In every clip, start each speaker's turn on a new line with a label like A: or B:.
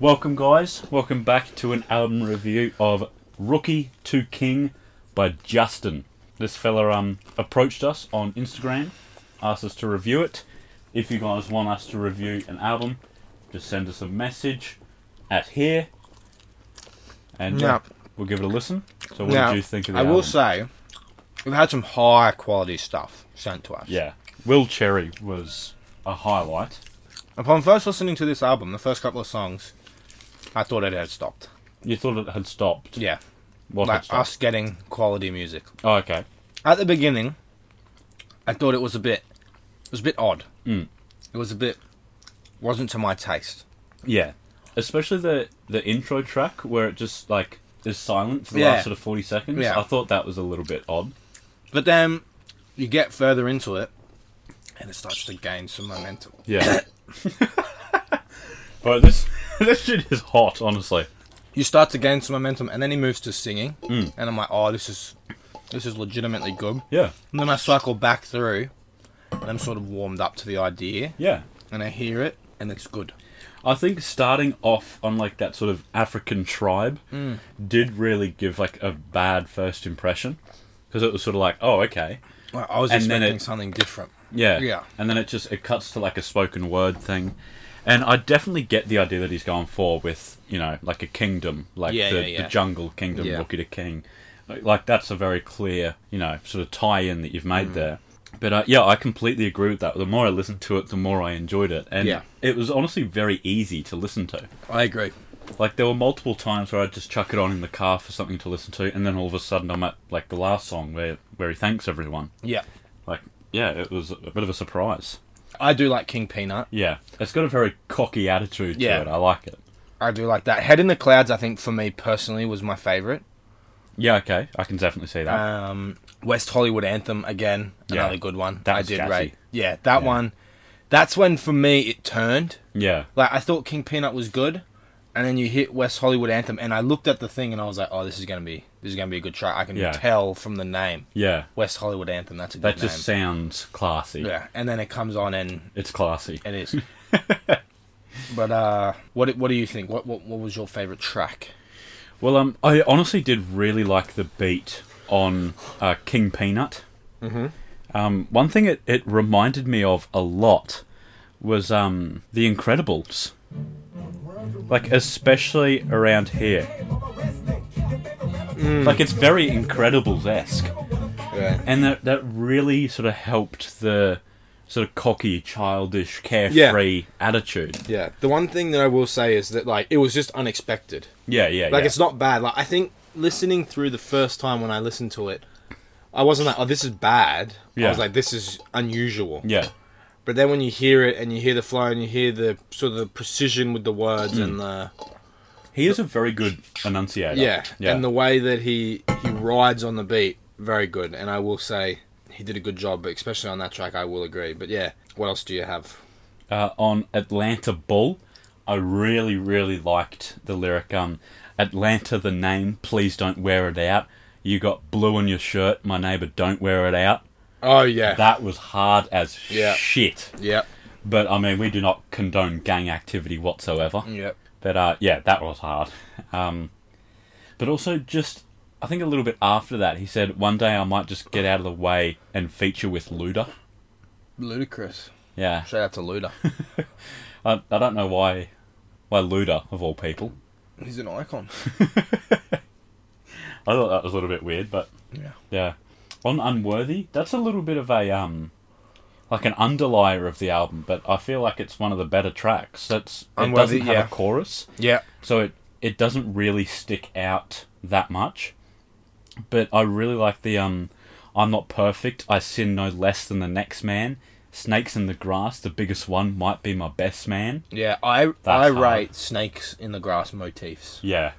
A: Welcome, guys. Welcome back to an album review of Rookie to King by Justin. This fella um, approached us on Instagram, asked us to review it. If you guys want us to review an album, just send us a message at here, and uh,
B: Yeah.
A: we'll give it a listen. So, what
B: Now,
A: did you think of the
B: I
A: album?
B: will say, we've had some high quality stuff sent to us.
A: yeah, Will Cherry was a highlight.
B: Upon first listening to this album, the first couple of songs, I thought it had stopped.
A: You thought it had stopped.
B: Yeah.
A: What had
B: like
A: stopped?
B: us getting quality music.
A: Oh, okay.
B: At the beginning, I thought it was a bit, it was a bit odd.
A: Mm.
B: It was a bit, wasn't to my taste.
A: Yeah, especially the the intro track where it just like is silent for the
B: Yeah.
A: last sort of forty seconds.
B: Yeah.
A: I thought that was a little bit odd.
B: But then, you get further into it, and it starts to gain some momentum.
A: Yeah. but this this shit is hot, honestly.
B: you start to gain some momentum, and then he moves to singing,
A: Hmm.
B: and I'm like, oh, this is this is legitimately good.
A: Yeah,
B: And then I cycle back through, and I'm sort of warmed up to the idea,
A: yeah.
B: and I hear it, and it's good.
A: I think starting off on like that sort of African tribe
B: Mm.
A: did really give like a bad first impression because it was sort of like, oh, okay,
B: Like, I was
A: And then
B: expecting
A: it-
B: something different.
A: Yeah.
B: Yeah.
A: And then it just it cuts to like a spoken word thing. And I definitely get the idea that he's going for with, you know, like a kingdom, like
B: Yeah,
A: the,
B: yeah, yeah.
A: the jungle kingdom,
B: Yeah.
A: rookie to king. Like, like, that's a very clear, you know, sort of tie in that you've
B: Mm.
A: made there. But uh, yeah, I completely agree with that. The more I listened to it, the more I enjoyed it. And
B: Yeah.
A: it was honestly very easy to listen to.
B: I agree.
A: Like there were multiple times where I'd just chuck it on in the car for something to listen to and then all of a sudden I'm at like the last song where where he thanks everyone.
B: Yeah,
A: Like yeah, it was a bit of a surprise.
B: I do like King Peanut.
A: Yeah, it's got a very cocky attitude
B: Yeah.
A: to it. I like it.
B: I do like that. Head in the Clouds, I think for me personally was my favorite.
A: Yeah, okay, I can definitely see that.
B: Um, West Hollywood Anthem again,
A: Yeah.
B: another good one.
A: That
B: I
A: was
B: did
A: gassy.
B: rate. Yeah, that one. That's when for me it turned.
A: yeah,
B: Like I thought King Peanut was good, and then you hit West Hollywood Anthem, and I looked at the thing and I was like, "Oh, this is gonna be this is gonna be a good track." I can
A: Yeah.
B: tell from the name
A: yeah,
B: West Hollywood Anthem. That's a good
A: that just sounds classy.
B: name. Yeah, and then it comes on and
A: It's classy.
B: it is. but uh, what what do you think? What what, what was your favorite track?
A: Well, um, I honestly did really like the beat on uh, King Peanut. Mm-hmm. Um, one thing it, it reminded me of a lot was um, The Incredibles. Like, especially around here. Like, it's very Incredibles esque.
B: Yeah,
A: and that that really sort of helped the sort of cocky, childish, carefree attitude.
B: yeah. The one thing that I will say is that like it was just unexpected.
A: Yeah, yeah,
B: Like
A: yeah.
B: it's not bad. Like I think listening through the first time when I listened to it, I wasn't like, "Oh, this is bad." I
A: Yeah.
B: was like, "This is unusual."
A: yeah,
B: But then when you hear it and you hear the flow and you hear the sort of the precision with the words
A: Mm.
B: and the
A: he is a very good enunciator.
B: yeah,
A: yeah,
B: and the way that he he rides on the beat, very good. And I will say he did a good job, but especially on that track, I will agree. But yeah, what else do you have?
A: uh, on Atlanta Bull. I really, really liked the lyric. Um, Atlanta, the name. Please don't wear it out. You got blue on your shirt. My neighbor, don't wear it out.
B: Oh yeah,
A: That was hard as
B: Yeah.
A: shit.
B: yep,
A: But I mean, we do not condone gang activity whatsoever.
B: yep,
A: But uh, yeah, that was hard. Um, but also, just I think a little bit after that, he said, "One day I might just get out of the way and feature with Luda."
B: ludicrous.
A: Yeah,
B: Shout out to Luda.
A: I, I don't know why, why Luda of all people.
B: He's an icon.
A: I thought that was a little bit weird, but
B: Yeah.
A: yeah. On Unworthy, that's a little bit of a um, like an underlier of the album, but I feel like it's one of the better tracks. That's it
B: Unworthy,
A: doesn't have
B: yeah.
A: a chorus.
B: Yeah,
A: so it it doesn't really stick out that much. But I really like the um, I'm not perfect. I sin no less than the next man. Snakes in the grass, the biggest one might be my best man.
B: yeah. I I
A: hard.
B: rate snakes in the grass motifs.
A: Yeah,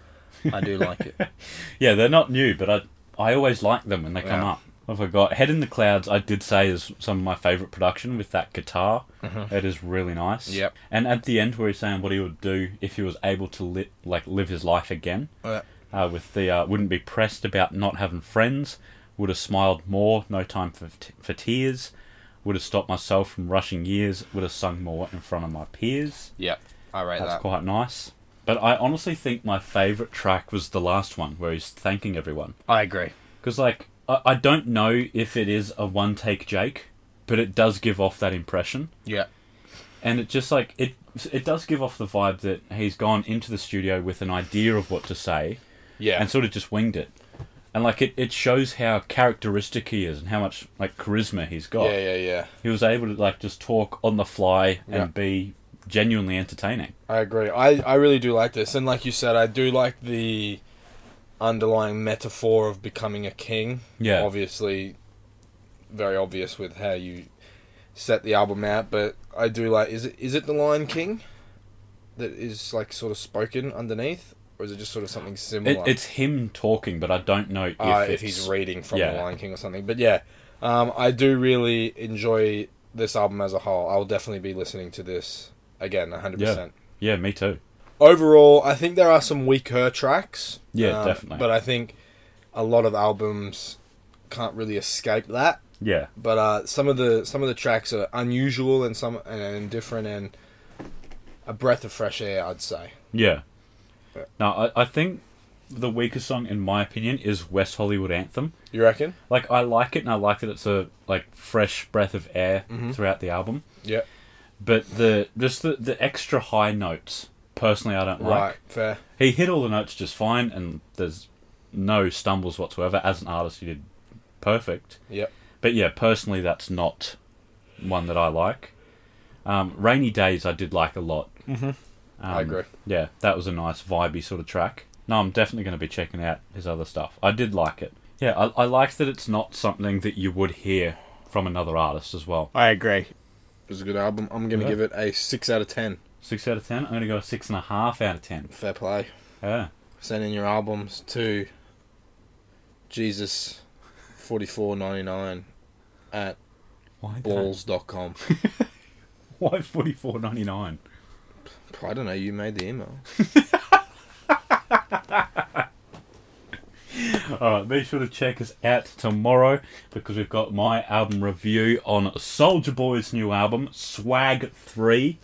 B: I do like it.
A: yeah, they're not new, but I I always like them when they come
B: Yeah.
A: up. I forgot. Head in the Clouds, I did say, is some of my favourite production with that guitar. It is really nice.
B: Mm-hmm. Yep.
A: And at the end, where he's saying what he would do if he was able to li- like live his life again,
B: Yeah.
A: uh, with the uh, wouldn't be pressed about not having friends, would have smiled more, no time for, t- for tears, would have stopped myself from rushing years, would have sung more in front of my peers.
B: Yep, I rate
A: That's
B: that.
A: quite nice. But I honestly think my favourite track was the last one where he's thanking everyone.
B: I agree.
A: Because, like, I, I don't know if it is a one take Jake, but it does give off that impression.
B: Yeah.
A: And it just, like, it, it does give off the vibe that he's gone into the studio with an idea of what to say
B: Yeah.
A: and sort of just winged it. And, like, it, it shows how characteristic he is and how much, like, charisma he's got.
B: yeah, yeah, yeah.
A: He was able to, like, just talk on the fly and
B: Yeah.
A: be genuinely entertaining.
B: I agree. I, I really do like this. And like you said, I do like the underlying metaphor of becoming a king.
A: Yeah.
B: Obviously, very obvious with how you set the album out, but I do like. Is it is it the Lion King that is like sort of spoken underneath? Or is it just sort of something
A: It,
B: similar?
A: it's him talking, but I don't know if,
B: uh,
A: it's,
B: if he's reading from
A: yeah.
B: The Lion King or something. But yeah, um, I do really enjoy this album as a whole. I'll definitely be listening to this again, 100%.
A: Yeah, me too.
B: Overall, I think there are some weaker tracks. Um,
A: Yeah, definitely.
B: But I think a lot of albums can't really escape that.
A: Yeah,
B: But uh, some of the some of the tracks are unusual and some and different and a breath of fresh air, I'd say.
A: yeah.
B: Yeah.
A: Now, I, I think the weakest song, in my opinion, is West Hollywood Anthem.
B: You reckon?
A: Like, I like it, and I like that it's a like fresh breath of air
B: Mhm.
A: throughout the album.
B: Yeah.
A: But the just the, the extra high notes, personally, I don't
B: Right.
A: like.
B: Fair.
A: He hit all the notes just fine, and there's no stumbles whatsoever. As an artist, he did perfect.
B: Yep.
A: But yeah, personally, that's not one that I like. Um, Rainy Days, I did like a lot. Mm-hmm.
B: I agree.
A: Yeah, that was a nice vibey sort of track. No, I'm definitely going to be checking out his other stuff. I did like it. Yeah, I, I liked that it's not something that you would hear from another artist as well.
B: I agree. It was a good album. I'm gonna
A: Yeah.
B: give it a six out of ten.
A: Six out of ten. I'm going to go six and a half out of ten.
B: Fair play.
A: Yeah.
B: Send in your albums to Jesus forty four ninety nine at
A: Why that?
B: balls.com.
A: Why forty four ninety nine?
B: I don't know, you made the email.
A: All right, be sure to check us out tomorrow because we've got my album review on Soldier Boy's new album, Swag Three.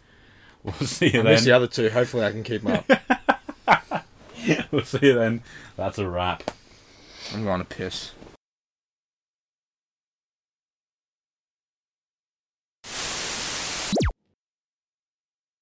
A: We'll see you
B: I missed the
A: then.
B: other two. Hopefully, I can keep up.
A: we'll see you then. That's a wrap.
B: I'm going to piss.